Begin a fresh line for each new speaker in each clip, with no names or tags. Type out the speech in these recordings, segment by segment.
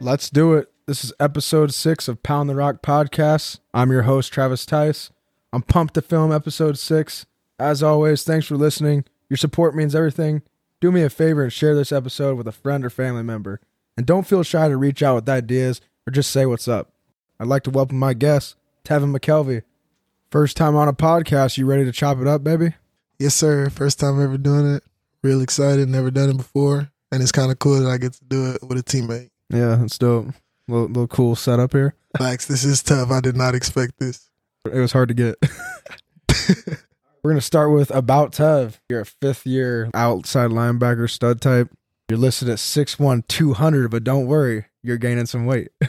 Let's do it. This is episode six of Pound the Rock podcast. I'm your host, Travis Tice. I'm pumped to film episode six. As always, thanks for listening. Your support means everything. Do me a favor and share this episode with a friend or family member. And don't feel shy to reach out with ideas or just say what's up. I'd like to welcome my guest, Tevin McKelvey. First time on a podcast. You ready to chop it up, baby?
Yes, sir. First time ever doing it. Real excited. Never done it before, and it's kind of cool that I get to do it with a teammate.
Yeah, that's dope. Little, little cool setup here.
Facts. This is tough. I did not expect this.
It was hard to get. We're going to start with About Tev. You're a fifth year outside linebacker stud type. You're listed at 6'1, 200, but don't worry, you're gaining some weight.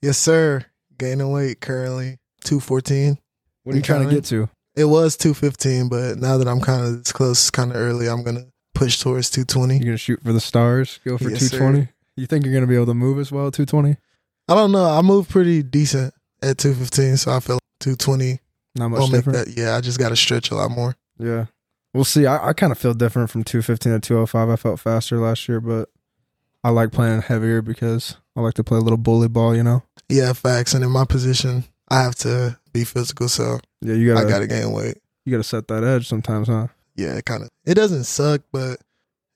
Yes, sir. Gaining weight currently two fourteen.
What are you trying to get to?
It was two fifteen, but now that I'm kind of this close, kind of early, I'm gonna push towards two
You're
twenty.
going to shoot for the stars, go for
Yes, sir.
220. You think you're going to be able to move as well at 220?
I don't know. I moved pretty decent at two fifteen, so I feel like two twenty
Not much
will make
different.
that. Yeah, I just got to stretch a lot more.
Yeah. We'll see. I, I kind of feel different from 215 to 205. I felt faster last year, but I like playing heavier because I like to play a little bully ball, you know?
Yeah, facts. And in my position, I have to be physical, so
Yeah, you gotta
I got to gain weight.
you gotta set that edge sometimes, huh?
yeah, it kind of it doesn't suck, but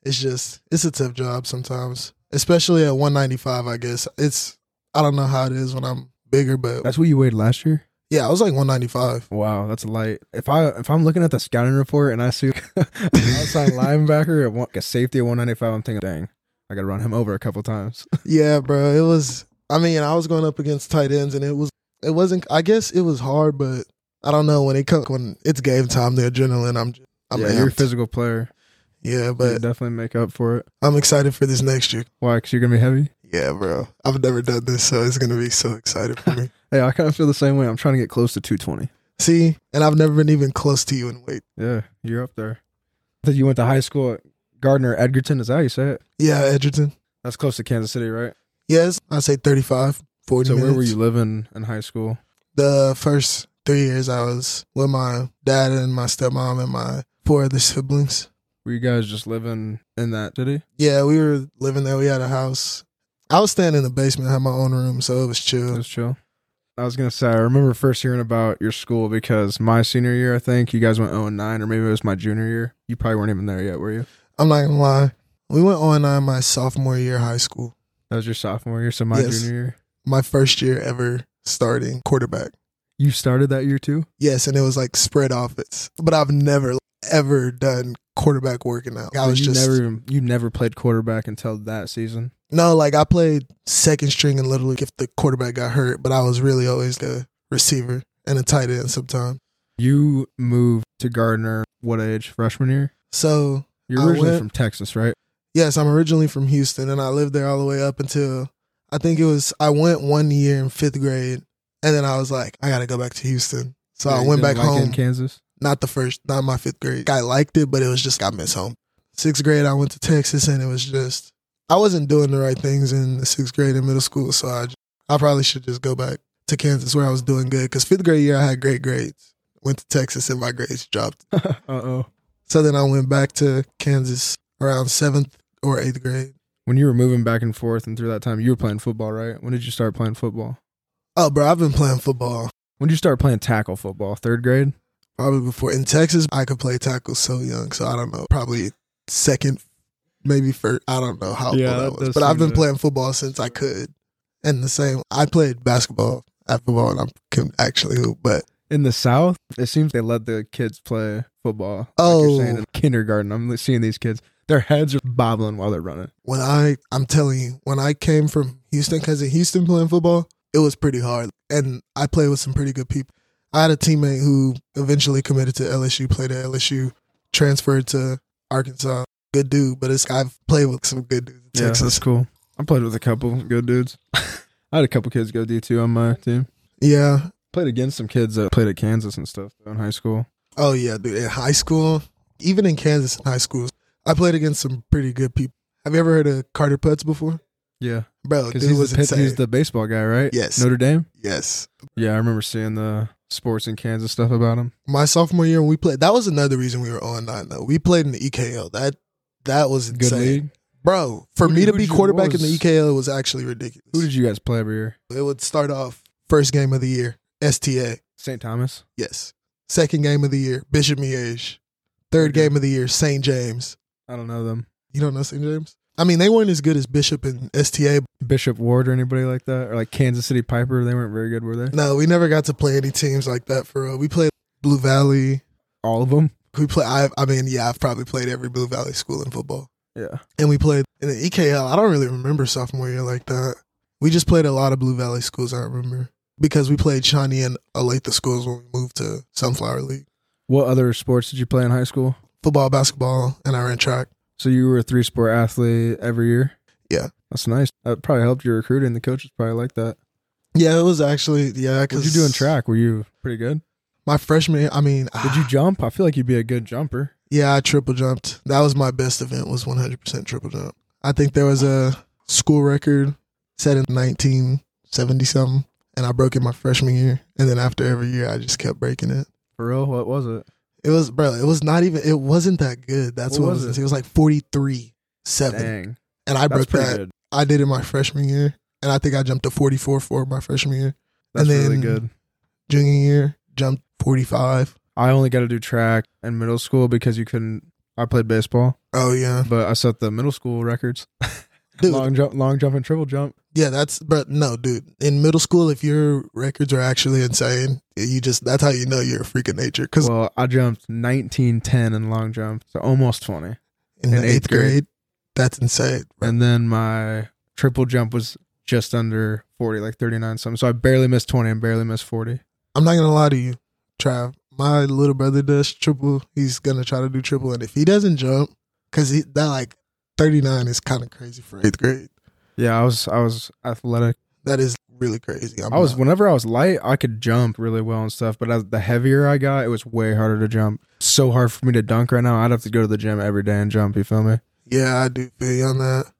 it's just it's a tough job sometimes, especially at 195. I guess it's I don't know how it is when I'm bigger, but
That's what you weighed last year.
yeah, I was like 195.
Wow, that's light. If I if I'm looking at the scouting report and I see an outside linebacker at one, a safety at 195, I'm thinking, dang, I gotta run him over a couple times.
yeah, bro, it was. I mean, I was going up against tight ends, and it was it wasn't. I guess it was hard, but I don't know when it comes when it's game time, the adrenaline. I'm j- I'm
yeah, you're a
amped.
physical player.
yeah,
But
but
definitely make up for it.
I'm excited for this next year.
Why? Because you're gonna be heavy.
Yeah, bro, I've never done this, so it's gonna be so excited for me.
Hey, I kind of feel the same way. I'm trying to get close to 220.
See, and I've never been even close to you in weight.
Yeah, you're up there. I think you went to high school at Gardner Edgerton. Is that how you say it?
Yeah, Edgerton.
That's close to Kansas City, right?
Yes, I say 35, 40
So where were
minutes.
you living in high school?
The first three years I was with my dad and my stepmom and my four other siblings.
Were you guys just living in that city?
Yeah, we were living there. We had a house. I was staying in the basement. I had my own room, so it was
It
chill.
was chill. I was gonna say I remember first hearing about your school because my senior year, I think you guys went 0 and 9, or maybe it was my junior year. You probably weren't even there yet, were you?
I'm not going to lie. We went on nine my sophomore year of high school,
That was your sophomore year, so my
Yes.
junior year.
my first year ever starting quarterback.
You started that year too.
Yes, and it was like spread offense, but I've never, ever done quarterback working out. I
Like,
was
you
just.
never even you never played quarterback until that season.
No, like I played second string in Little League if the quarterback got hurt, but I was really always the receiver and a tight end sometimes.
You moved to Gardner. What age? Freshman year.
So,
You're
I
originally
went-
from Texas, right?
yes, I'm originally from Houston and I lived there all the way up until I think it was I went one year in fifth grade and then I was like, I gotta go back to Houston. So
Yeah,
I
you
went
didn't like
back
it
home.
in Kansas.
Not the first, not my fifth grade. I liked it, but it was just I miss home. Sixth grade, I went to Texas and it was just I wasn't doing the right things in the sixth grade in middle school, so I j- I probably should just go back to Kansas where I was doing good. Because fifth grade year, I had great grades. Went to Texas and my grades dropped.
uh oh.
So then I went back to Kansas around seventh or eighth grade.
When you were moving back and forth and through that time, you were playing football, right? When did you start playing football?
Oh, bro, I've been playing football
When did you start playing tackle football? Third grade.
probably before in Texas. I could play tackle so young, so I don't know, probably second, maybe first. I don't know how
Yeah,
old I
that
was,
does
but I've
seem
been
to-
playing football since I could. And the same, I played basketball after ball, and I can actually hoop, but
in the South, it seems they let the kids play football. Like
Oh.
you're saying, in kindergarten. I'm seeing these kids; their heads are bobbling while they're running.
when I, I'm telling you, when I came from Houston, because in Houston playing football, it was pretty hard. And I played with some pretty good people. I had a teammate who eventually committed to LSU, played at LSU, transferred to Arkansas. Good dude, but it's, I've played with some good dudes in Texas.
cool. I played with a couple good dudes. I had a couple kids go D two on my team.
Yeah.
Played against some kids that played at Kansas and stuff in high school.
Oh, yeah, dude. In high school, even in Kansas in high school, I played against some pretty good people. Have you ever heard of Carter Putz before?
Yeah,
Bro,
because
dude
he's,
was
the pit-
insane.
he's the baseball guy, right?
Yes.
Notre Dame.
yes.
Yeah, I remember seeing the sports in Kansas stuff about him.
my sophomore year when we played E that was another reason we were on nine though. We played in the EKL. That that was
Good
insane.
league.
Bro, for
Who-
me to
who'd
be
you-
quarterback
what
in the
was-
EKL was actually ridiculous.
Who did you guys play every year?
it would start off first game of the year, STA.
St. Thomas.
Yes. Second game of the year, Bishop Miege. Third game of the year, St. James.
I don't know them.
You don't know St. James? I mean, they weren't as good as Bishop and STA.
Bishop Ward or anybody like that, or like Kansas City Piper. They weren't very good, were they?
No, we never got to play any teams like that for real. We played Blue Valley.
All of them.
We play. I, I mean, yeah, I've probably played every Blue Valley school in football.
Yeah.
and we played in the EKL. I don't really remember sophomore year like that. We just played a lot of Blue Valley schools. I remember because we played Shawnee and Olathe schools when we moved to Sunflower League.
What other sports did you play in high school?
Football, basketball, and I ran track.
So you were a three sport athlete every year.
Yeah.
that's nice. That probably helped your recruiting. The coaches probably like that.
Yeah, it was actually yeah.
What
Because
you do in track? Were you pretty good?
My freshman, year, I mean,
Did you jump? I feel like you'd be a good jumper.
yeah, I triple jumped. That was my best event. Was one hundred percent triple jump. I think there was a school record set in nineteen seventy something, and I broke it my freshman year. And then after every year, I just kept breaking it.
For real? What was it?
It was, bro. It was not even. It wasn't that good. That's
What
what,
was
it was.
it?
It was like forty three seven,
Dang,
and I
that's
broke
pretty
that.
good.
I did it my freshman year, and I think I jumped to forty four for my freshman year.
That's
and
really
then-
good.
Junior year, jumped forty five.
I only got to do track in middle school because you couldn't. I played baseball,
Oh yeah,
but I set the middle school records:
dude.
long jump, long jump, and triple jump.
Yeah, that's. But no, dude. In middle school, if your records are actually insane, you just that's how you know you're a freak of nature. Because
Well, I jumped 19, 10 in long jump, so almost 20.
in, the eighth grade, that's insane. bro.
And then my triple jump was just under 40, like 39 something. So I barely missed 20 and barely missed 40.
I'm not gonna lie to you, Trav. My little brother does triple. He's gonna try to do triple, and if he doesn't jump, cause he, that like 39 is kind of crazy for eighth grade.
Yeah, I was I was athletic.
That is really crazy. I'm
I was
not-
whenever I was light, I could jump really well and stuff, but as the heavier I got, it was way harder to jump. So hard for me to dunk right now. I'd have to go to the gym every day and jump, you feel me?
yeah, I do feel you on that.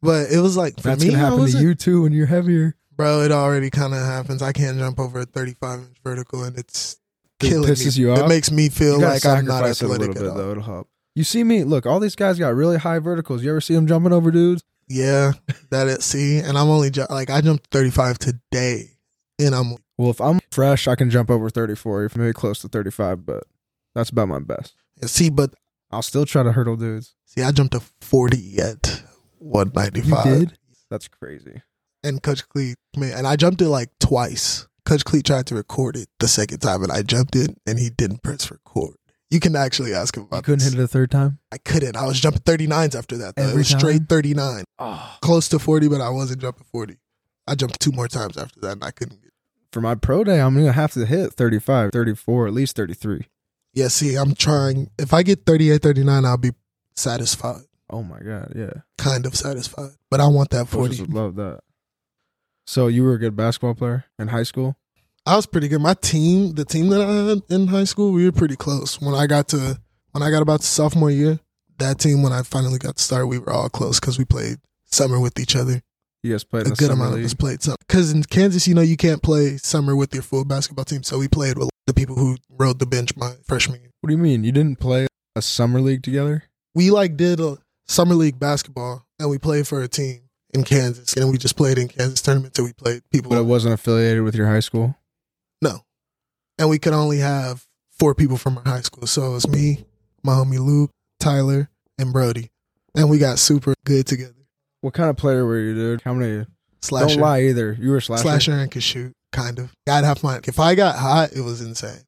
But it was like for
That's
me,
going to
I
happen to
wasn't-
you too when you're heavier.
bro. It already kind of happens. I can't jump over a 35 inch vertical, and it's
It
killing
pisses
me.
you
It
off?
makes me feel
You gotta
like I'm not
sacrifice it a
athletic
little
at
bit,
all.
though. It'll help. You see me, look, all these guys got really high verticals. You ever see them jumping over dudes?
Yeah, that is. See, and I'm only ju- like I jumped 35 today, and I'm
Well, if I'm fresh, I can jump over 34, if maybe close to 35, but that's about my best.
see, but
I'll still try to hurdle dudes.
See, I jumped to 40 at 195.
That's crazy.
And Coach Cleat, man, and I jumped it like twice. Coach Cleat tried to record it the second time, and I jumped it, and he didn't press record. You can actually ask him about
You couldn't
this.
hit it a third time?
I couldn't. I was jumping 39s after that. Though. It
Every
was
time?
straight 39.
Oh.
Close to 40, but I wasn't jumping 40. I jumped two more times after that, and I couldn't get
For my pro day, I'm going to have to hit 35, 34, at least 33.
Yeah, see, I'm trying. If I get 38, 39, I'll be satisfied,
Oh my God. Yeah.
kind of satisfied. But I want that
Coaches
40.
would love that. So you were a good basketball player in high school?
I was pretty good. My team, the team that I had in high school, we were pretty close. When I got to when I got about to sophomore year, that team when I finally got to start, we were all close because we played summer with each other.
You guys played in
a
the
good
summer
amount
league.
of us played summer because in Kansas, you know, you can't play summer with your full basketball team. So we played with the people who rode the bench my freshman year.
What do you mean? You didn't play a summer league together?
We like did a summer league basketball and we played for a team in Kansas and we just played in Kansas tournaments and we played people.
But it wasn't affiliated with your high school?
No. And we could only have four people from our high school. So it was me, my homie Luke, Tyler, and Brody. And we got super good together.
What kind of player were you, dude? How many?
Slasher.
Don't lie either. You were slasher.
Slasher and could shoot, kind of. I'd have fun. If I got hot, it was insane.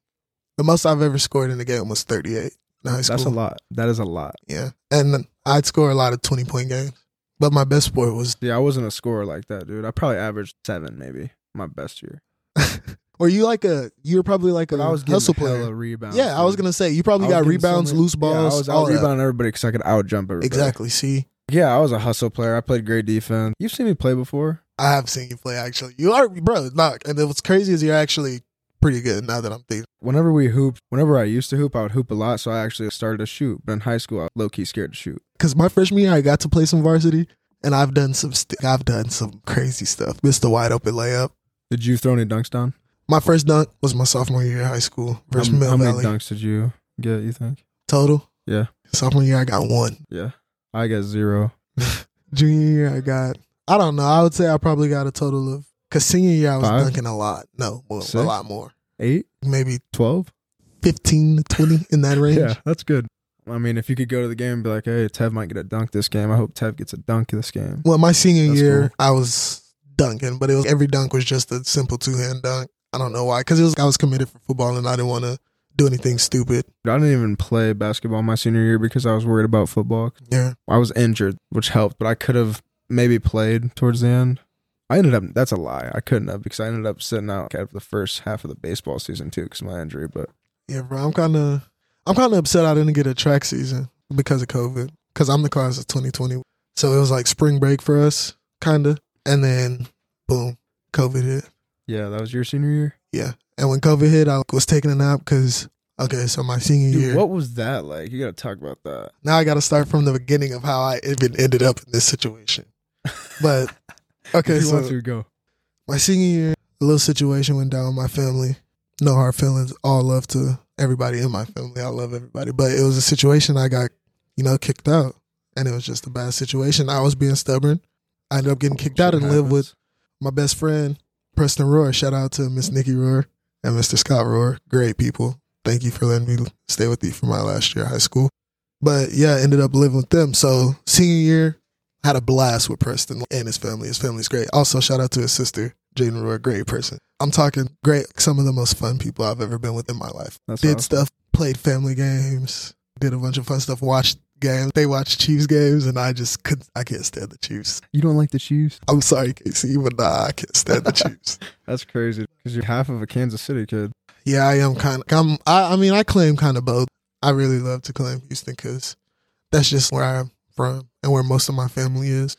The most I've ever scored in the game was 38 in high school.
That's a lot. That is a lot.
Yeah. And I'd score a lot of 20 point games. But my best sport was,
Yeah, I wasn't a scorer like that, dude. I probably averaged seven, maybe my best year.
were you like a, you were probably like
But
a
I was getting
hustle player.
hella rebounds.
Yeah, I was
dude.
going to say, you probably
I was
got
getting so
rebounds,
many-
loose balls,
Yeah, I was
all
out
that.
rebounding everybody because I could out jump everybody.
Exactly. See,
Yeah, I was a hustle player. I played great defense. You've seen me play before.
I have seen you play actually. You are bro, knock. And then what's crazy is you're actually pretty good now that I'm thinking.
Whenever we hooped, whenever I used to hoop, I would hoop a lot. So I actually started to shoot. But in high school, I was low key scared to shoot.
Cause my freshman year I got to play some varsity and I've done some st- I've done some crazy stuff. Missed a wide open layup.
Did you throw any dunks down?
My first dunk was my sophomore year of high school
How,
versus
how
Mill
many
Valley.
dunks did you get? You think?
Total.
Yeah.
Sophomore year I got one.
Yeah, I got zero.
Junior year, I got, I don't know. I would say I probably got a total of, because senior year, I was
Five?
dunking a lot. No, well, a
Six?
lot more.
Eight,
Maybe
twelve.
15 to 20 in that range.
Yeah, that's good. I mean, if you could go to the game and be like, "Hey, Tev might get a dunk this game. I hope Tev gets a dunk this game."
Well, my senior
That's
year,
cool.
I was dunking, but it was every dunk was just a simple two hand dunk. I don't know why, because it was I was committed for football and I didn't want to do anything stupid.
I didn't even play basketball my senior year because I was worried about football.
Yeah,
I was injured, which helped, but I could have maybe played towards the end. I ended up, that's a lie. I couldn't have because I ended up sitting out at the first half of the baseball season too because of my injury. But
yeah, bro. I'm kind of I'm kind of upset I didn't get a track season because of COVID. Because I'm the class of 2020, so it was like spring break for us, kinda. And then boom, COVID hit.
yeah, that was your senior year.
Yeah, and when COVID hit, I was taking a nap because okay, so my senior
Dude,
year.
what was that like? You got to talk about that.
now I got to start from the beginning of how I even ended up in this situation. But okay,
If you
so
want to go.
my senior year, a little situation went down with my family. No hard feelings. All love to everybody in my family. I love everybody, but it was a situation I got, you know, kicked out, and it was just a bad situation. I was being stubborn. I ended up getting kicked out
Oh, Shit
and lived with
happens.
my best friend, Preston Rohr. Shout out to Miss Nikki Rohr and Mr. Scott Rohr. Great people. Thank you for letting me stay with you for my last year of high school. But yeah, I ended up living with them. So senior year, had a blast with Preston and his family. His family's great. Also, shout out to his sister, Jaden Rohr. Great person. I'm talking great, some of the most fun people I've ever been with in my life.
That's
Did
awesome.
stuff, played family games, did a bunch of fun stuff, watched games. They watched Chiefs games, and I just couldn't, I can't stand the Chiefs.
You don't like the Chiefs?
I'm sorry, KC, but nah, I can't stand the Chiefs.
That's crazy because you're half of a Kansas City kid.
Yeah, I am kind of. I'm. I, I mean, I claim kind of both. I really love to claim Houston because that's just where I'm from and where most of my family is.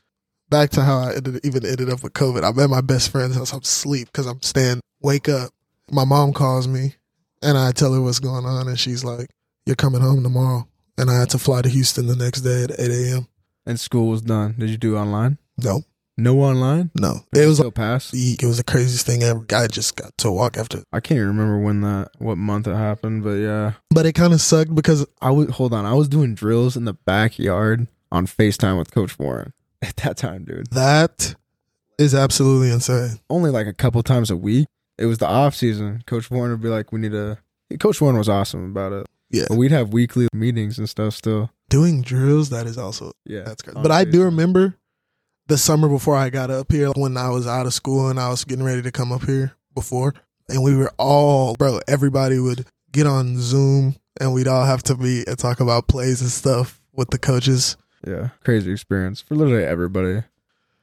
Back to how I ended, even ended up with COVID. I'm at my best friend's house. I'm asleep because I'm staying. Wake up. My mom calls me, and I tell her what's going on, and she's like, "You're coming home tomorrow." And I had to fly to Houston the next day at 8 a.m.
And school was done. Did you do online?
No,
No online?
no,
Did
it
you
was.
still pass.
It was the craziest thing ever. I just got to walk after,
I can't even remember when that, what month it happened, but yeah.
but it kind of sucked because
I was hold on. I was doing drills in the backyard on FaceTime with Coach Warren at that time, dude.
that is absolutely insane.
Only like a couple times a week. It was the off season. Coach Warren would be like, "We need to." Coach Warren was awesome about it.
Yeah.
but we'd have weekly meetings and stuff. Still,
doing drills that is also
yeah,
that's crazy
on
but i do
FaceTime.
remember the summer before i got up here when i was out of school and i was getting ready to come up here before and we were all bro everybody would get on zoom and we'd all have to meet and talk about plays and stuff with the coaches
Yeah, crazy experience for literally everybody.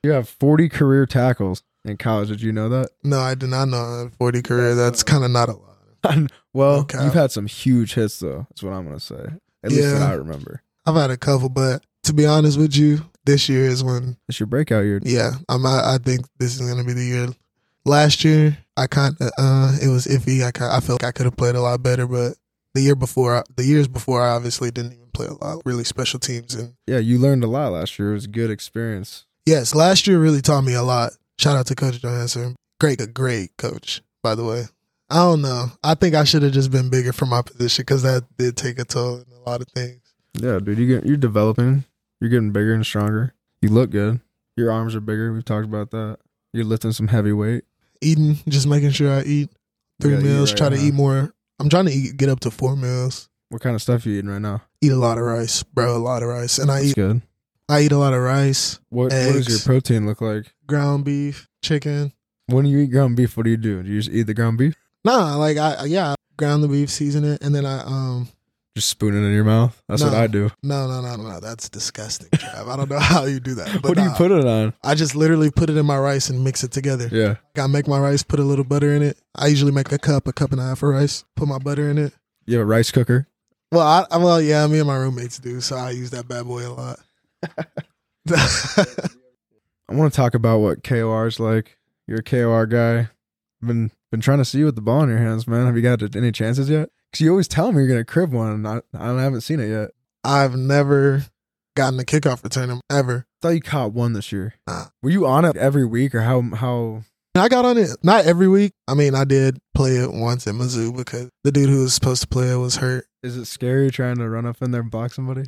You have forty career tackles in college. Did you know that?
no i did not know I had 40 career that's kind of not a lot
well,
No cap.
you've had some huge hits though. That's what I'm gonna say. At least that
Yeah.
I remember.
i've had a couple but to be honest with you this year is when
It's your breakout year.
Yeah, I'm. I, I think this is gonna be the year. Last year, I kind of uh, it was iffy. I kind I felt like I could have played a lot better, but the year before, the years before, I obviously didn't even play a lot. Really special teams and
Yeah, you learned a lot last year. It was a good experience.
yes, last year really taught me a lot. Shout out to Coach Johansson, great, great coach. By the way, I don't know. I think I should have just been bigger for my position because that did take a toll in a lot of things.
Yeah, dude, you get, you're developing. You're getting bigger and stronger. You look good. Your arms are bigger. We've talked about that. You're lifting some heavy weight.
eating, just making sure I eat three
gotta eat
meals.
right
try to
now.
eat more. I'm trying to eat, get up to four meals.
What kind of stuff you eating right now?
eat a lot of rice, bro. A lot of rice, and I
That's
eat
good.
I eat a lot of rice,
What What does your
Eggs.
protein look like?
ground beef, chicken.
When you eat ground beef, what do you do? Do you just eat the ground beef?
Nah, like I I- yeah, I ground the beef, season it, and then I um
Just spoon it in your mouth. That's what
No.
I do.
no no no no no, that's disgusting, Trav. I don't know how you do that. But
what do you
nah,
put it on?
I just literally put it in my rice and mix it together.
Yeah,
I make my rice, put a little butter in it. I usually make a cup, a cup and a half of rice, put my butter in it.
you have a rice cooker.
Well, I I- well yeah, me and my roommates do, so I use that bad boy a lot.
I want to talk about what KOR is like. You're a KOR guy. Been been trying to see you with the ball in your hands, man. Have you got any chances yet? Because you always tell me you're gonna crib one. And I I haven't seen it yet.
I've never gotten a kickoff return ever.
thought you caught one this year.
Nah.
Were you on it every week or how how
And I got on it not every week. I mean, I did play it once at Mizzou because the dude who was supposed to play it was hurt.
is it scary trying to run up in there and block somebody?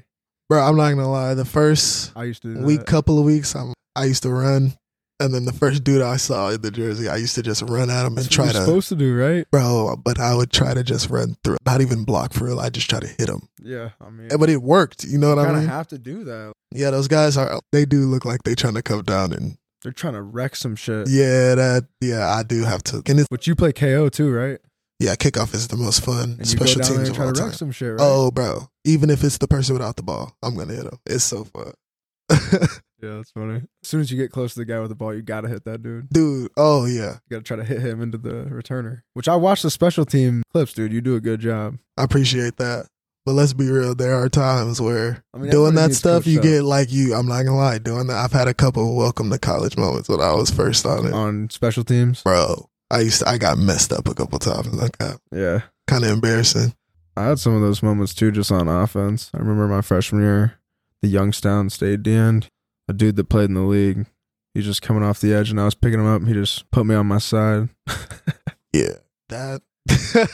Bro, I'm not gonna lie. The first
I used to do
week,
that.
couple of weeks, I'm, I used to run, and then the first dude I saw in the jersey, I used to just run at him
That's
and
what
try
you're
to,
supposed to do, right?
bro. But I would try to just run through, not even block for real. I just try to hit him,
Yeah, I mean,
And- but it worked. You know what
kind of
I mean?
have to do that.
yeah, those guys are. They do look like they trying to come down, and
They're trying to wreck some shit.
yeah, that yeah, I do have to. And it's,
But you play KO too, right?
yeah, kickoff is the most fun
And you go
special
down there and
teams of
try
all
to
time.
wreck some shit, right?
Oh, bro. Even if it's the person without the ball, I'm gonna hit him. It's so fun.
yeah, that's funny. As soon as you get close to the guy with the ball, you gotta hit that dude.
Dude, oh yeah.
You gotta try to hit him into the returner. Which I watched the special team clips, dude. You do a good job.
I appreciate that. But let's be real, there are times where
I mean,
doing
everybody
that
needs
stuff
coached
you
up.
get like you I'm not gonna lie, doing that I've had a couple welcome to college moments when I was first on it.
on special teams.
Bro. I used to, I got messed up a couple times. Like uh,
Yeah.
kinda embarrassing.
I had some of those moments too, just on offense. I remember my freshman year, the Youngstown State DN, a dude that played in the league. He's just coming off the edge, and I was picking him up. And he just put me on my side.
Yeah. That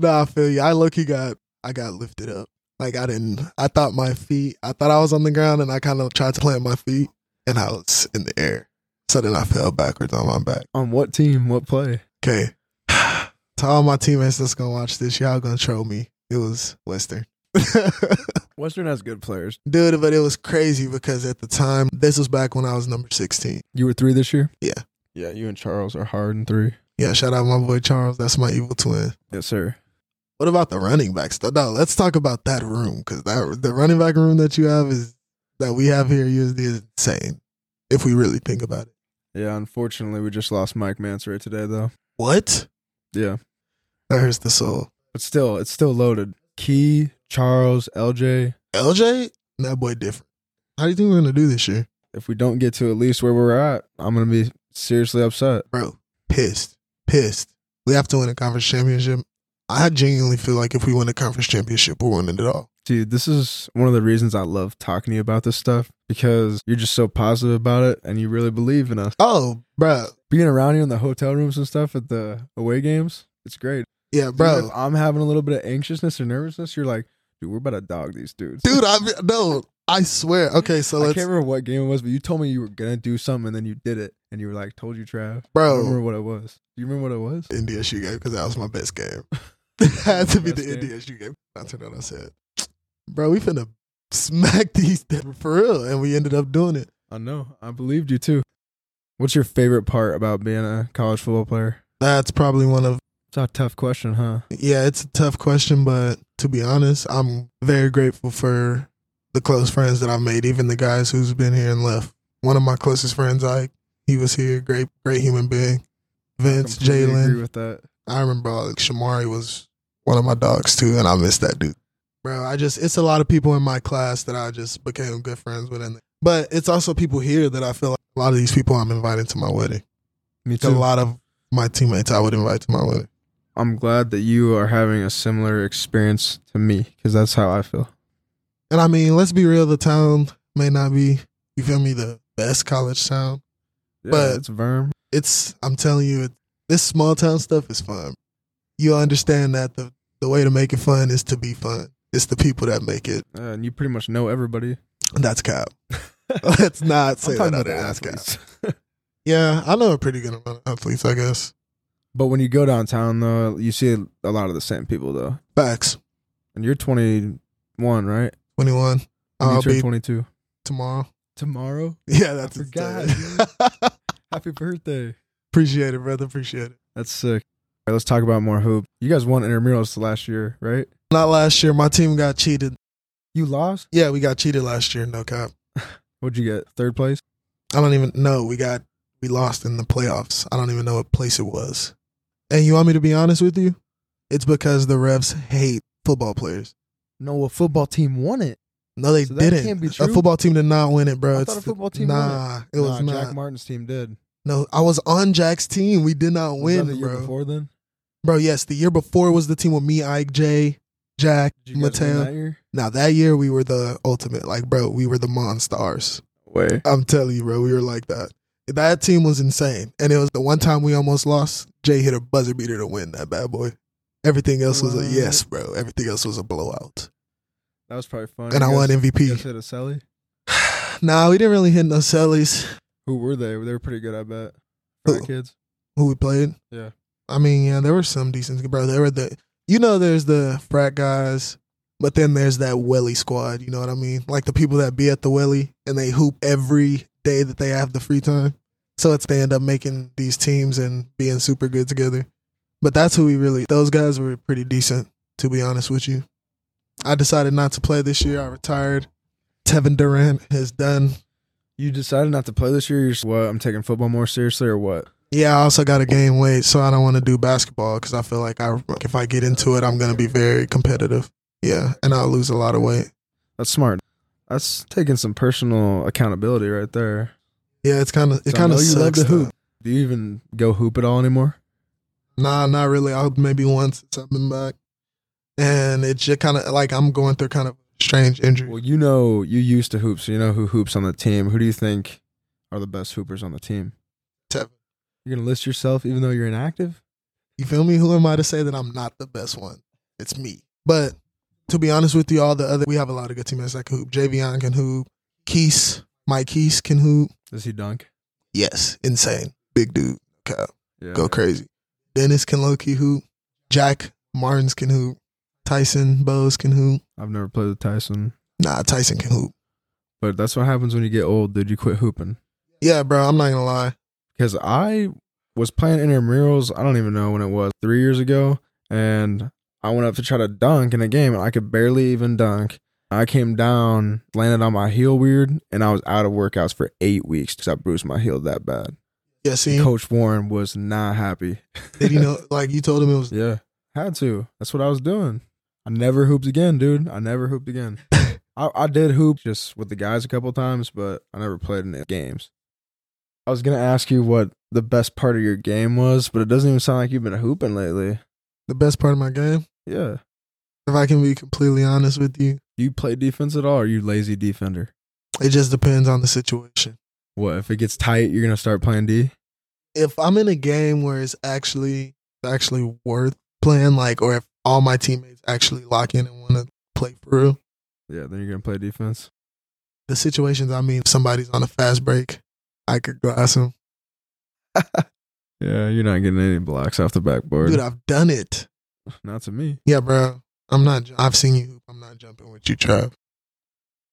Nah, I feel you. I look you got I got lifted up. Like I didn't I thought my feet I thought I was on the ground and I kinda tried to plant my feet and I was in the air. So then I fell backwards on my back.
on what team? What play?
Okay. To all my teammates that's gonna watch this, y'all gonna troll me. It was Western.
Western has good players.
Dude, but it was crazy because at the time, this was back when I was number 16.
You were three this year.
Yeah.
Yeah. You and Charles are hard in three.
Yeah, shout out my boy Charles. That's my evil twin.
Yes, sir.
What about the running back stuff? No, let's talk about that room because that the running back room that you have is that we have here at USD is insane. If we really think about it,
Yeah. Unfortunately, we just lost Mike Mansory today, though.
what?
Yeah.
That hurts the soul.
But still, it's still loaded. Key, Charles, LJ.
LJ, that boy different. How do you think we're gonna do this year,
If we don't get to at least where we're at, I'm gonna be seriously upset.
bro? Pissed, pissed. We have to win a conference championship. I genuinely feel like if we win a conference championship, we're winning it all.
Dude, this is one of the reasons I love talking to you about this stuff because you're just so positive about it and you really believe in us.
Oh, bro,
Being around you in the hotel rooms and stuff at the away games, it's great.
yeah,
Even
bro,
if I'm having a little bit of anxiousness or nervousness, you're like, dude, we're about to dog these dudes.
dude. I no, I swear. Okay, so
I
let's,
can't remember what game it was, but you told me you were gonna do something and then you did it and you were like, told you, Trav. I don't remember
bro.
what it was. Do you remember what it was?
India shoe game because that was my best game. had to be
Best
the
game.
India shoe game. I turned out. I said, bro, we finna smack these Denver for real, and we ended up doing it.
I know. I believed you too. What's your favorite part about being a college football player?
That's probably one of
It's a tough question, huh?
Yeah, it's a tough question, but to be honest, I'm very grateful for the close friends that I've made, even the guys who's been here and left. One of my closest friends, Ike, he was here, great, great human being. Vince,
Completely Agree
Jalen,
with that.
I remember like, Shamari was one of my dogs too, and I miss that dude. Bro, I just it's a lot of people in my class that I just became good friends with, and but it's also people here that I feel like a lot of these people I'm inviting to my wedding.
Me
It's a lot of my teammates I would invite to my wedding.
I'm glad that you are having a similar experience to me because that's how I feel.
And I mean, let's be real, the town may not be, you feel me, the best college town.
Yeah,
But-
it's Verm.
It's, I'm telling you, it, this small town stuff is fun. You understand that the, the way to make it fun is to be fun. It's the people that make it.
Uh, and you pretty much know everybody.
That's cap. Let's not say that out there. That's cap.
athletes.
Yeah, I know a pretty good amount of athletes, I guess.
but when you go downtown, though, you see a lot of the same people, though.
Facts.
And you're 21, right?
21.
When you
I'll
turn
be
22.
tomorrow.
Tomorrow?
Yeah, that's his
forgot,
day.
Happy birthday.
Appreciate it, brother. Appreciate it.
That's sick. All right, let's talk about more hoop. You guys won intramurals last year, right?
Not last year. My team got cheated.
You lost?
Yeah, we got cheated last year. No cap.
What'd you get? Third place?
I don't even know. We got we lost in the playoffs. I don't even know what place it was. And you want me to be honest with you? It's because the refs hate football players.
No, a football team won it.
No, they
So that
didn't.
can't be
A
true?
football team did not win it, bro.
I
It's
thought a
the-
football team won
Nah, it was
nah,
not.
Jack Martin's team did.
no, I was on Jack's team. We did not
Was that
win,
the year
bro.
before then?
Bro, yes, the year before was the team with me, Ike, Jay, Jack,
Did you guys win
Mateo.
that year?
Now that year we were the ultimate. Like, bro, we were the monstars.
Way.
I'm telling you, bro, we were like that. That team was insane. And it was the one time we almost lost. Jay hit a buzzer beater to win that bad boy. Everything else was a
What?
yes, bro. Everything else was a blowout.
That was probably fun.
and I
You
won
guys- you guys
MVP.
hit a celly.
Nah, we didn't really hit no sellies.
Who were they? They were pretty good, I bet. For
Who?
the kids.
Who we played?
Yeah.
I mean, yeah, there were some decent bro. There were the you know, there's the frat guys, but then there's that welly squad. You know what I mean? Like the people that be at the welly and they hoop every day that they have the free time. So it's they end up making these teams and being super good together. But that's who we really. Those guys were pretty decent, to be honest with you. I decided not to play this year. I retired. Tevin Durant is done.
You decided not to play this year. You're just, what? I'm taking football more seriously, or what?
Yeah, I also got to gain weight, so I don't want to do basketball because I feel like I if I get into it, I'm gonna be very competitive. Yeah, and I'll lose a lot of weight.
That's smart. That's taking some personal accountability right there.
Yeah, it's kind of
So
it
I
kind
know
of
you love
sucks.
to hoop.
though.
Do you even go hoop at all anymore?
Nah, not really. I hope maybe once since I've been back, and it just kind of like I'm going through kind of strange injury.
Well, you know, you used to hoop, so you know who hoops on the team. Who do you think are the best hoopers on the team?
Tevin.
You're gonna list yourself even though you're inactive.
You feel me? Who am I to say that I'm not the best one? It's me. But to be honest with you, all the other we have a lot of good teammates that can hoop. Javion can hoop. Keese, Mike Keese can hoop.
Does he dunk?
Yes, insane, big dude. Okay.
Yeah.
go crazy. Dennis can low key hoop. Jack Martins can hoop. Tyson Bowes can hoop.
I've never played with Tyson,
Nah, Tyson can hoop.
but that's what happens when you get old, dude. You quit hooping.
Yeah, bro, I'm not gonna lie.
Because I was playing intramurals. I don't even know when it was three years ago, and I went up to try to dunk in a game, and I could barely even dunk. I came down, landed on my heel weird, and I was out of workouts for eight weeks because I bruised my heel that bad.
Yeah, see,
Coach Warren was not happy.
did you know? Like you told him it was.
Yeah, had to. That's what I was doing. I never hooped again, dude. I never hooped again. I, I did hoop just with the guys a couple times, but I never played in the games. I was gonna ask you what the best part of your game was, but it doesn't even sound like you've been hooping lately.
The best part of my game,
Yeah.
if I can be completely honest with you,
Do you play defense at all? Or are you lazy defender?
it just depends on the situation.
What if it gets tight? You're gonna start playing D.
If I'm in a game where it's actually actually worth playing, like, or if all my teammates actually lock in and want to play for real,
Yeah, then you're gonna play defense.
the situations I mean, if somebody's on a fast break, I could glass him.
Yeah, you're not getting any blocks off the backboard.
Dude, I've done it.
not to me.
Yeah, bro. I'm not. ju- I've seen you. hoop. I'm not jumping with you, Trav.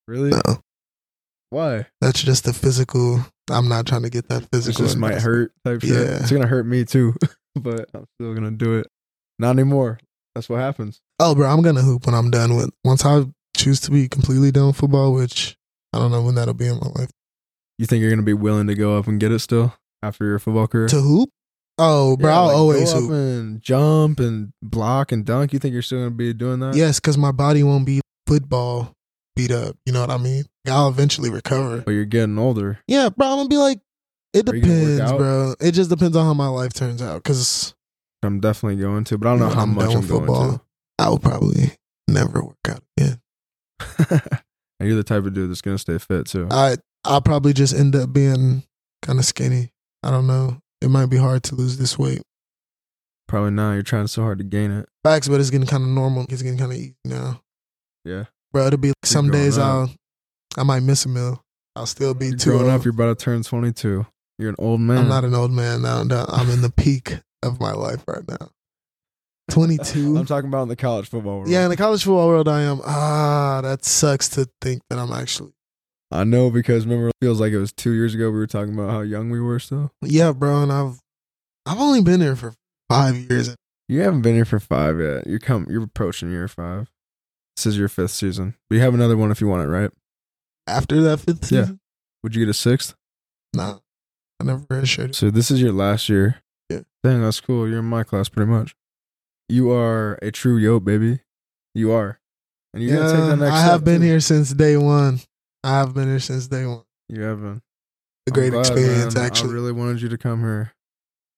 Really?
No,
Why?
that's just the physical. I'm not trying to get that
this
physical.
just might hurt type shit.
Yeah.
It's gonna hurt me too, but I'm still gonna do it. Not anymore. That's what happens.
Oh, bro. I'm gonna hoop when I'm done with. Once I choose to be completely done with football, which I don't know when that'll be in my life.
You think you're gonna be willing to go up and get it still after your football career?
To hoop? Oh, bro.
Yeah,
I'll
like,
always
go up
hoop.
and jump and block and dunk. You think you're still gonna be doing that?
Yes, because my body won't be football beat up. You know what I mean? I'll eventually recover.
But you're getting older.
Yeah, bro. I'm gonna be like. It
Are you gonna work
depends,
out?
bro. It just depends on how my life turns out. Cause
I'm definitely going to, but I don't know
Yeah,
how
I'm
much
done
I'm
with
going
I will probably never work out again.
to. and you're the type of dude that's gonna stay fit too.
I I'll probably just end up being kind of skinny. I don't know. It might be hard to lose this weight.
Probably not. You're trying so hard to gain it.
Facts, but it's getting kind of normal. It's getting kind of easy now,
Yeah.
bro. It'll be like some
growing
days
up.
I'll I might miss a meal. I'll still be
You're
too
growing up.
old.
You're about to turn 22. You're an old man.
I'm not an old man now. No, I'm in the peak of my life right now. 22.
I'm talking about in the college football world.
yeah, in the college football world, I am. Ah, that sucks to think that I'm actually.
I know because remember, it feels like it was two years ago we were talking about how young we were still.
Yeah, bro, and I've I've only been here for five years.
You haven't been here for five yet. You're come. You're approaching year five. This is your fifth season. But you have another one if you want it, right?
After that fifth
Yeah.
season,
Would you get a sixth?
nah, I never graduated.
So this is your last year.
Yeah.
Dang, that's cool. You're in my class pretty much. You are a true yo, baby. You are. And you're gonna take that next
I have
step,
been
too.
here since day one. I have been here since day one.
You have been.
A
I'm
great
glad,
experience,
man.
actually.
I really wanted you to come here.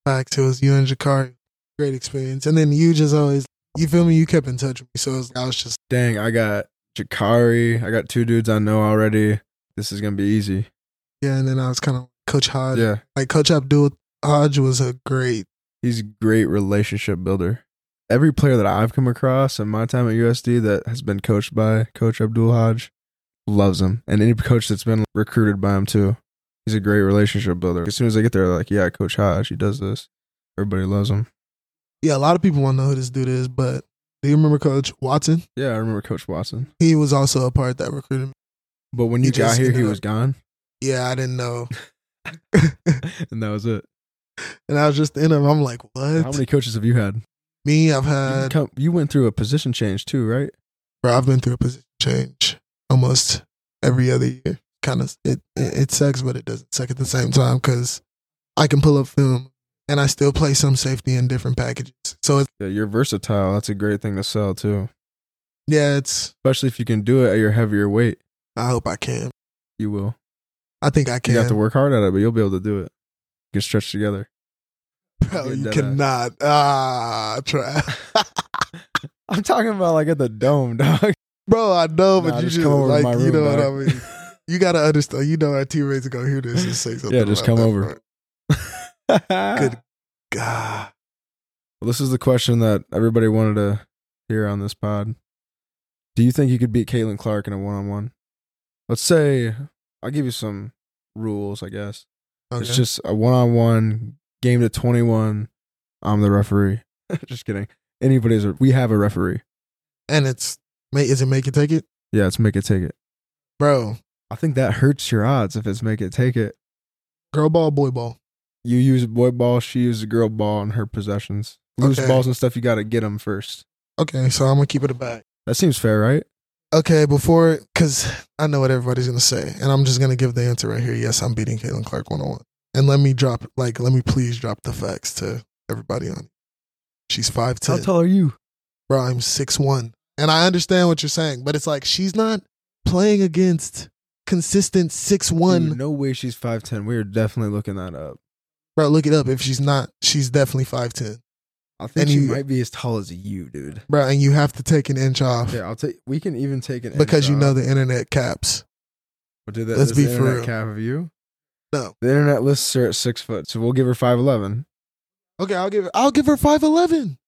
Facts. It was you and Jakari. Great experience. And then you just always, you feel me? You kept in touch with me. So it was, I was just,
Dang, I got Jakari. I got two dudes I know already. This is gonna be easy.
yeah. And then I was kind of Coach Hodge.
Yeah.
Like Coach Abdul Hodge was a great,
He's a great relationship builder. every player that I've come across in my time at USD that has been coached by Coach Abdul Haj loves him, and any coach that's been recruited by him too. He's a great relationship builder. As soon as they get there, they're like, "Yeah, Coach Hodge, he does this." Everybody loves him.
Yeah, a lot of people want to know who this dude is, but do you remember Coach Watson?
Yeah, I remember Coach Watson.
He was also a part that recruited me.
But when you
He
got
just
here, he
ended
was gone,
Yeah, I didn't know.
and that was it.
And I was just in him. I'm like, what?
How many coaches have you had?
me, I've
You,
had,
come, you went through a position change too, right?
bro, I've been through a position change almost every other year. Kind of, it, it, it sucks, but it doesn't suck at the same time because I can pull up film and I still play some safety in different packages. So, it's,
Yeah, you're versatile. That's a great thing to sell too,
yeah, it's,
especially if you can do it at your heavier weight.
I hope I can.
You will.
I think I can.
You have to work hard at it, but you'll be able to do it. You can stretch together.
Bro,
You're
you
dead
cannot. Ah, try.
I'm talking about like at the dome, dog.
Bro, I know, but
Nah,
you
just
just,
come over to
like,
my
you
room,
know what I
dog.
mean? You gotta understand. You know our teammates are gonna hear this and say something.
Yeah, just
about
come
that,
over.
bro.
Good.
God.
this is the question that everybody wanted to hear on this pod. Do you think you could beat Caitlin Clark in a one on one? Let's say I'll give you some rules, I guess.
Okay.
It's just a one on one game to twenty one. I'm the referee. just kidding. Anybody's a, we have a referee.
and it's mate. Is it make it take it,
Yeah, it's make it take it.
bro?
I think that hurts your odds if it's make it take it.
Girl ball, boy ball.
You use a boy ball, she uses a girl ball in her possessions. Loose
Okay.
balls and stuff, you got to get them first.
Okay, so I'm gonna keep it a bag.
That seems fair, right?
Okay, before because I know what everybody's gonna say, and I'm just gonna give the answer right here. Yes, I'm beating Caitlin Clark one on one. And let me drop, like, let me please drop the facts to everybody on. She's five ten.
tall are you?
bro, I'm six one, and I understand what you're saying, but it's like she's not playing against consistent six one.
Dude, no way she's 5'10. We are definitely looking that up.
Bro, look it up. If she's not, she's definitely five ten,
I think
And
she
you-
might be as tall as you, dude.
bro, and you have to take an inch off
Yeah, I'll take. We can even take it
because you know the internet caps.
But do that,
let's
let's be
be
the internet
for real.
Cap of you.
No,
The internet lists her at six foot, so we'll give her five eleven.
okay, I'll give I'll give her five eleven.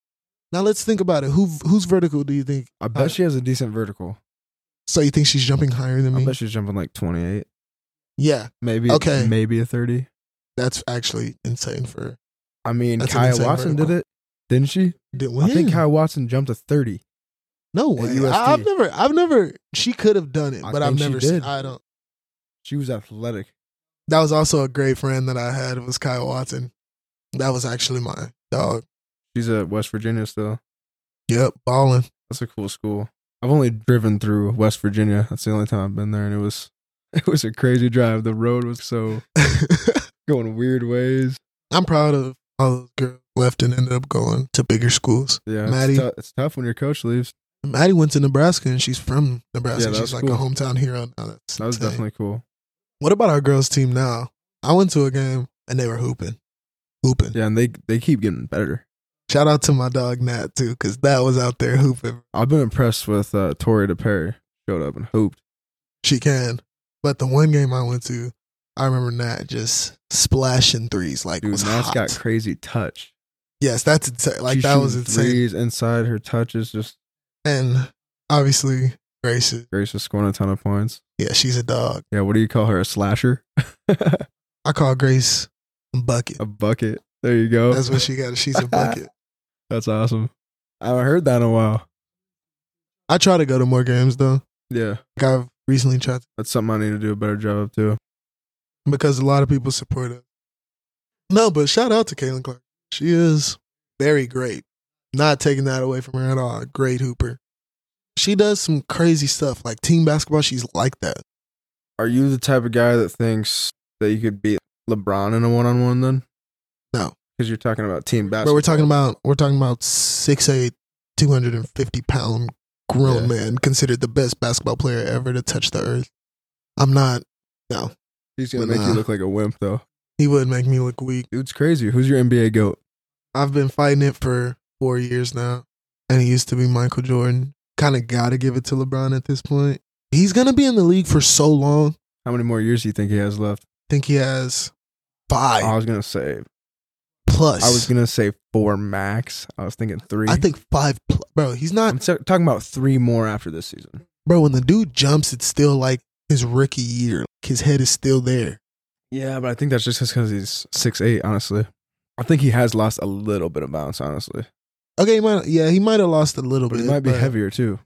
Now let's think about it. Who whose vertical do you think?
I bet
Uh,
she has a decent vertical.
So you think she's jumping higher than
I
me?
bet she's jumping like twenty eight,
Yeah,
maybe
Okay.
maybe a thirty.
that's actually insane for her.
I mean,
That's an
Kaya
insane
Watson did
vertical.
it, didn't she?
Did-
I think
Yeah.
Kaya Watson jumped to thirty.
no
at
way.
USD.
I, I've never, I've never. She could have done it,
I
but I've
think she
never. Seen,
did.
I don't.
She was athletic.
That was also a great friend that I had was Kyle Watson. That was actually my dog.
She's at West Virginia still.
Yep, balling.
That's a cool school. I've only driven through West Virginia. That's the only time I've been there, and it was it was a crazy drive. The road was so going weird ways.
I'm proud of all those girls left and ended up going to bigger schools.
Yeah,
Maddie.
It's, tou- it's tough when your coach leaves.
Maddie went to Nebraska and she's from
Yeah,
Nebraska.
that was
she's like
cool.
a hometown hero now. That's
That was
insane.
definitely cool.
What about our girls team now? I went to a game and they were hooping, hooping.
Yeah, and they they keep getting better.
Shout out to my dog Nat too, because that was out there hooping.
I've been impressed with uh, Tori DePerry. Showed up and hooped.
She can. But the one game I went to, I remember Nat just splashing threes like it
Dude,
was
Matt's
hot.
got crazy touch.
yes, that's insane. like
She's
that was
shooting
insane.
Threes inside her touch is just
And obviously, Grace,
Grace is scoring a ton of points.
yeah, she's a dog.
Yeah, what do you call her? A slasher?
I call Grace a bucket.
a bucket. There you go.
That's what she got. She's a bucket.
That's awesome. I haven't heard that in a while.
I try to go to more games though.
Yeah,
Like I've recently tried to,
that's something I need to do a better job of too.
because a lot of people support us. No, but shout out to Caitlin Clark. She is very great. Not taking that away from her at all. Great hooper. She does some crazy stuff like team basketball. She's like that.
Are you the type of guy that thinks that you could beat LeBron in a one-on-one then?
No.
Because you're talking about team basketball.
But we're talking about we're talking about 6'8", 250 pound grown
Yeah.
man considered the best basketball player ever to touch the earth. I'm not. No,
He's gonna
But
make you
nah.
look like a wimp, though.
he would make me look weak.
Dude's crazy. Who's your NBA goat?
I've been fighting it for four years now, and it used to be Michael Jordan. Kind of got to give it to LeBron at this point. He's gonna be in the league for so long.
How many more years do you think he has left?
think he has five.
I was gonna say
plus.
Uh, I was gonna say four max. I was thinking three.
I think five, pl- bro. He's not,
I'm so- talking about three more after this season.
bro. When the dude jumps, it's still like his rookie year. Like, his head is still there.
Yeah, but I think that's just because he's six eight. Honestly, I think he has lost a little bit of bounce. Honestly,
Okay, he might, yeah, he might have lost a little
but
bit.
he might be
but-
heavier too.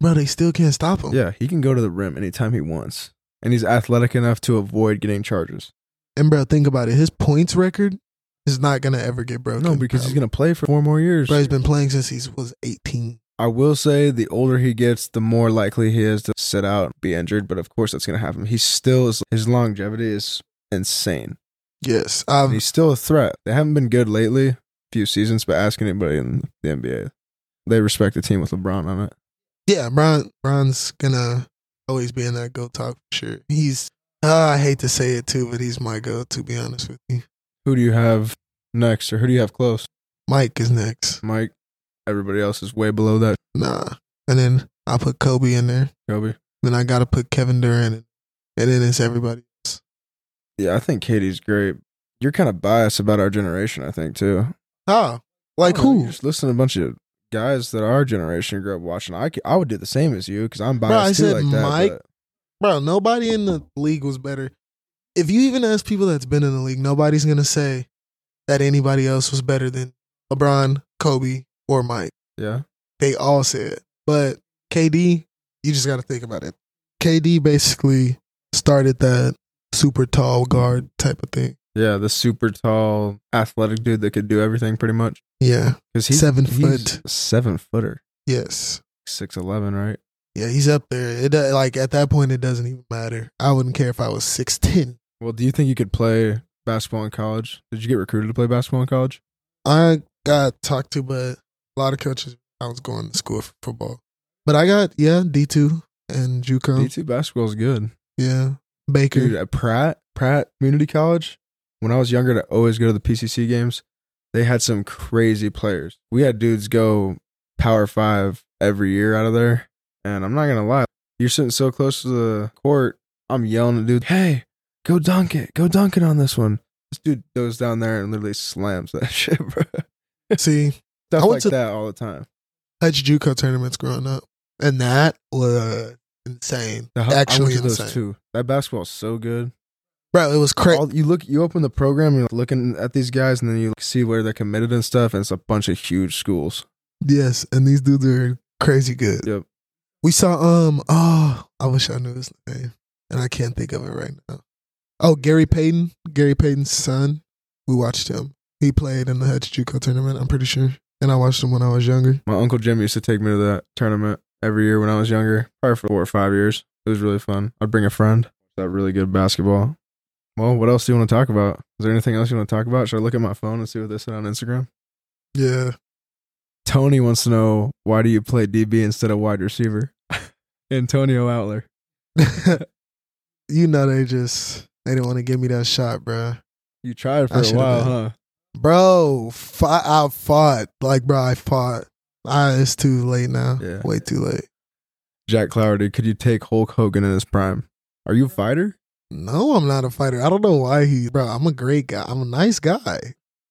bro. They still can't stop him.
Yeah, he can go to the rim anytime he wants, and he's athletic enough to avoid getting charges.
And bro, think about it. His points record is not gonna ever get broken.
no, because he's gonna play for four more years.
Bro, Uh, he's been playing since he was 18.
I will say the older he gets, the more likely he is to sit out, and be injured. But of course, that's gonna happen. He still is. His longevity is insane.
Yes,
And
um,
he's still a threat. They haven't been good lately, few seasons. But ask anybody in the NBA, they respect the team with LeBron on it.
yeah. Bron, Bron's gonna always be in that go talk for sure. He's uh, I hate to say it too, but he's my go. To be honest with you,
Who do you have next, or who do you have close?
Mike is next.
Mike. Everybody else is way below that.
Nah, and then I put Kobe in there.
Kobe.
Then I gotta put Kevin Durant, in. and then it's everybody. else.
Yeah, I think Katie's great. You're kind of biased about our generation, I think, too.
Oh, like
I don't know, you
who?
Just listen to a bunch of guys that our generation grew up watching. I, c- I would do the same as you because I'm
Bro,
biased
I
too,
said
like that.
Mike.
but
Bro, nobody in the league was better. If you even ask people that's been in the league, nobody's gonna say that anybody else was better than LeBron, Kobe, or Mike.
yeah,
They all say it. But KD, you just gotta think about it. KD basically started that super tall guard type of thing.
yeah, the super tall, athletic dude that could do everything pretty much.
Yeah.
Because he's
Seven
he's a seven footer,
Yes.
six eleven, right?
Yeah, he's up there. It do- like at that point it doesn't even matter. I wouldn't care if I was six ten.
Well, do you think you could play basketball in college? Did you get recruited to play basketball in college?
I got talked to, but a lot of coaches. I was going to school for football, but I got yeah D two and JUCO.
D two basketball is good,
Yeah, Baker.
dude. At Pratt Pratt Community College, when I was younger, to always go to the PCC games. They had some crazy players. We had dudes go Power Five every year out of there, and I'm not gonna lie, you're sitting so close to the court. I'm yelling at dude, "Hey, go dunk it! Go dunk it on this one!" This dude goes down there and literally slams that shit, bro.
See,
Stuff
went
like
to-
that all the time.
had JUCO tournaments growing up, and that was insane.
The- I
Actually
went to
insane,
those two. That basketball's so good.
bro. It was crazy.
all, you look you open the program and you're looking at these guys and then you see where they're committed and stuff and it's a bunch of huge schools
yes, and these dudes are crazy good.
Yep.
We saw um oh I wish I knew his name, and I can't think of it right now. Oh, Gary Payton, Gary Payton's son. We watched him. He played in the Hutch JUCO tournament. I'm pretty sure, and I watched him when I was younger.
my uncle jim used to take me to that tournament every year when i was younger probably for four or five years it was really fun i'd bring a friend that really good basketball well what else do you want to talk about is there anything else you want to talk about should i look at my phone and see what they said on instagram
Yeah,
tony wants to know why do you play db instead of wide receiver antonio outler
you know they just they didn't want to give me that shot, bro.
you tried
I
for a
should've
while
been.
huh
Bro, fi- I fought like bro. I fought. Ah, it's too late now.
Yeah.
Way too late.
jack clowerty could you take hulk hogan in his prime are you a fighter
No, I'm not a fighter. I don't know why he, bro. I'm a great guy. I'm a nice guy.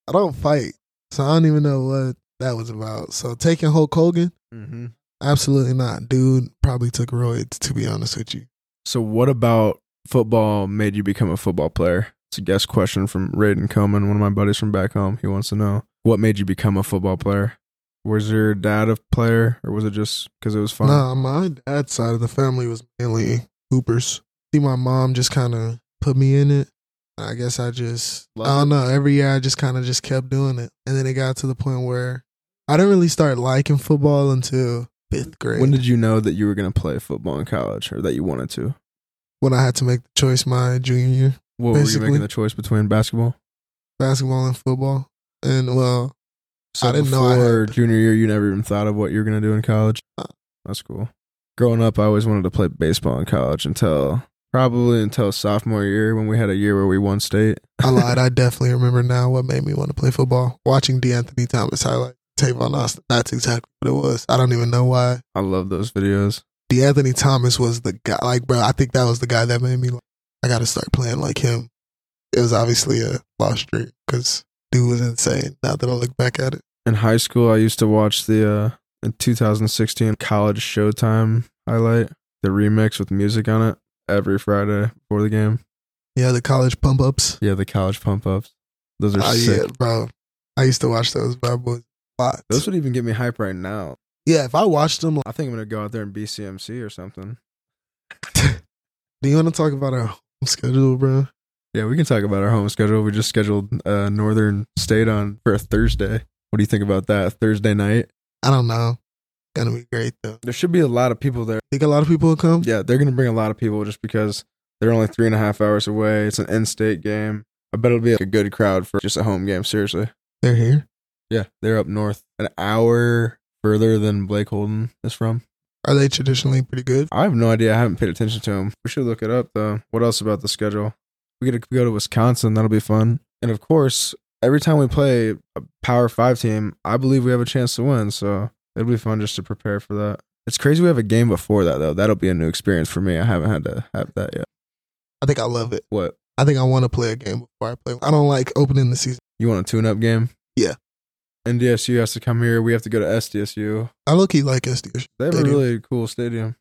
I don't fight, so I don't even know what that was about. So taking Hulk Hogan,
Mm-hmm.
absolutely not, dude. Probably took roids, to be honest with you.
So, what about football made you become a football player? It's a guest question from Raiden Coman, one of my buddies from back home. He wants to know what made you become a football player. Was your dad a player, or was it just because it was fun?
Nah, my dad's side of the family was mainly hoopers. See, my mom just kind of put me in it. I guess I just,
Love
I
it.
don't know. Every year I just kind of just kept doing it, and then it got to the point where I didn't really start liking football until fifth grade.
When did you know that you were going to play football in college, or that you wanted to?
when I had to make the choice my junior year.
What were you
Basically.
making the choice between basketball?
basketball and football. And well, I didn't know I
before
had-
junior year, you never even thought of what you were going to do in college.
Uh.
That's cool. Growing up, I always wanted to play baseball in college until probably until sophomore year when we had a year where we won state.
I lied. I definitely remember now what made me want to play football. Watching D'Anthony Thomas highlight Tavon Austin. That's exactly what it was. I don't even know why.
I love those videos.
D'Anthony Thomas was the guy. Like, bro, I think that was the guy that made me. Like, I got to start playing like him. It was obviously a lost dream because dude was insane. Now that I look back at it,
In high school, I used to watch the uh, in 2016 college Showtime highlight, the remix with music on it every Friday before the game.
yeah, the college pump ups.
Yeah, the college pump ups. Those are
Oh
sick.
yeah, bro. I used to watch those bad boys. Lots.
Those would even get me hype right now.
yeah, if I watched them, like,
I think I'm gonna go out there and BCMC or something.
do you want to talk about our home schedule, bro?
Yeah, we can talk about our home schedule. We just scheduled uh, Northern State on for a Thursday. What do you think about that Thursday night?
I don't know. Gonna be great though.
There should be a lot of people there.
Think a lot of people will come.
Yeah, they're gonna bring a lot of people just because they're only three and a half hours away. It's an in-state game. I bet it'll be a good crowd for just a home game. Seriously.
They're here.
Yeah, they're up north, an hour further than Blake Holden is from.
Are they traditionally pretty good?
I have no idea. I haven't paid attention to him. We should look it up though. What else about the schedule? We get to go to Wisconsin. That'll be fun. And of course, every time we play a Power Five team, I believe we have a chance to win. So it'll be fun just to prepare for that. It's crazy we have a game before that though. That'll be a new experience for me. I haven't had to have that yet.
I think I love it.
What
I think I want to play a game before I play. I don't like opening the season.
you want a tune-up game?
Yeah.
NDSU has to come here. We have to go to SDSU.
I look like SDSU.
They have a
Stadium.
really cool stadium.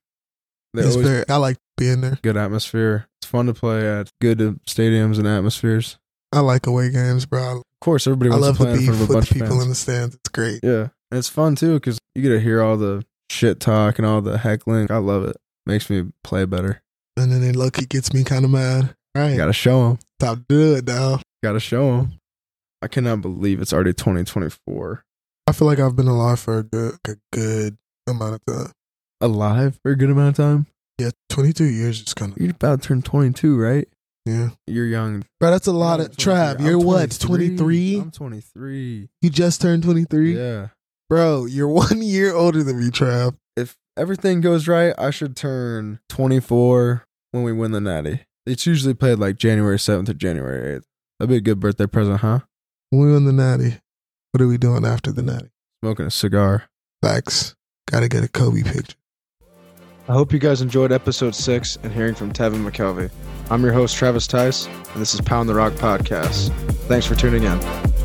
They
It's
always
very, I like being there.
good atmosphere. It's fun to play at good uh, stadiums and atmospheres.
I like away games, bro.
Of course, everybody
I, I
wants
love
to
the
play in
beef
front
with
of a
the
bunch of
people
fans.
in the stands. It's great.
yeah, and it's fun too because you get to hear all the shit talk and all the heckling. I love it. Makes me play better.
And then it lucky gets me kind of mad. Right.
Gotta show them.
Stop doing it now.
Gotta show them. I cannot believe it's already 2024.
I feel like I've been alive for a good, a good amount of time.
Alive for a good amount of time.
Yeah, 22 years is kind of,
You're about to turn 22, right?
yeah.
You're young.
Bro, that's a lot
I'm
of, Trav,
23.
you're
I'm
what, 23?
I'm 23.
You just turned 23?
Yeah.
Bro, you're one year older than me, Trav.
If everything goes right, I should turn 24 when we win the Natty. It's usually played like January 7th or January 8th. That'd be a good birthday present, huh?
When we win the natty, what are we doing after the natty?
smoking a cigar.
Facts. Gotta get a Kobe picture.
I hope you guys enjoyed episode six and hearing from Tevin McKelvey. I'm your host, Travis Tice, and this is Pound the Rock Podcast. Thanks for tuning in.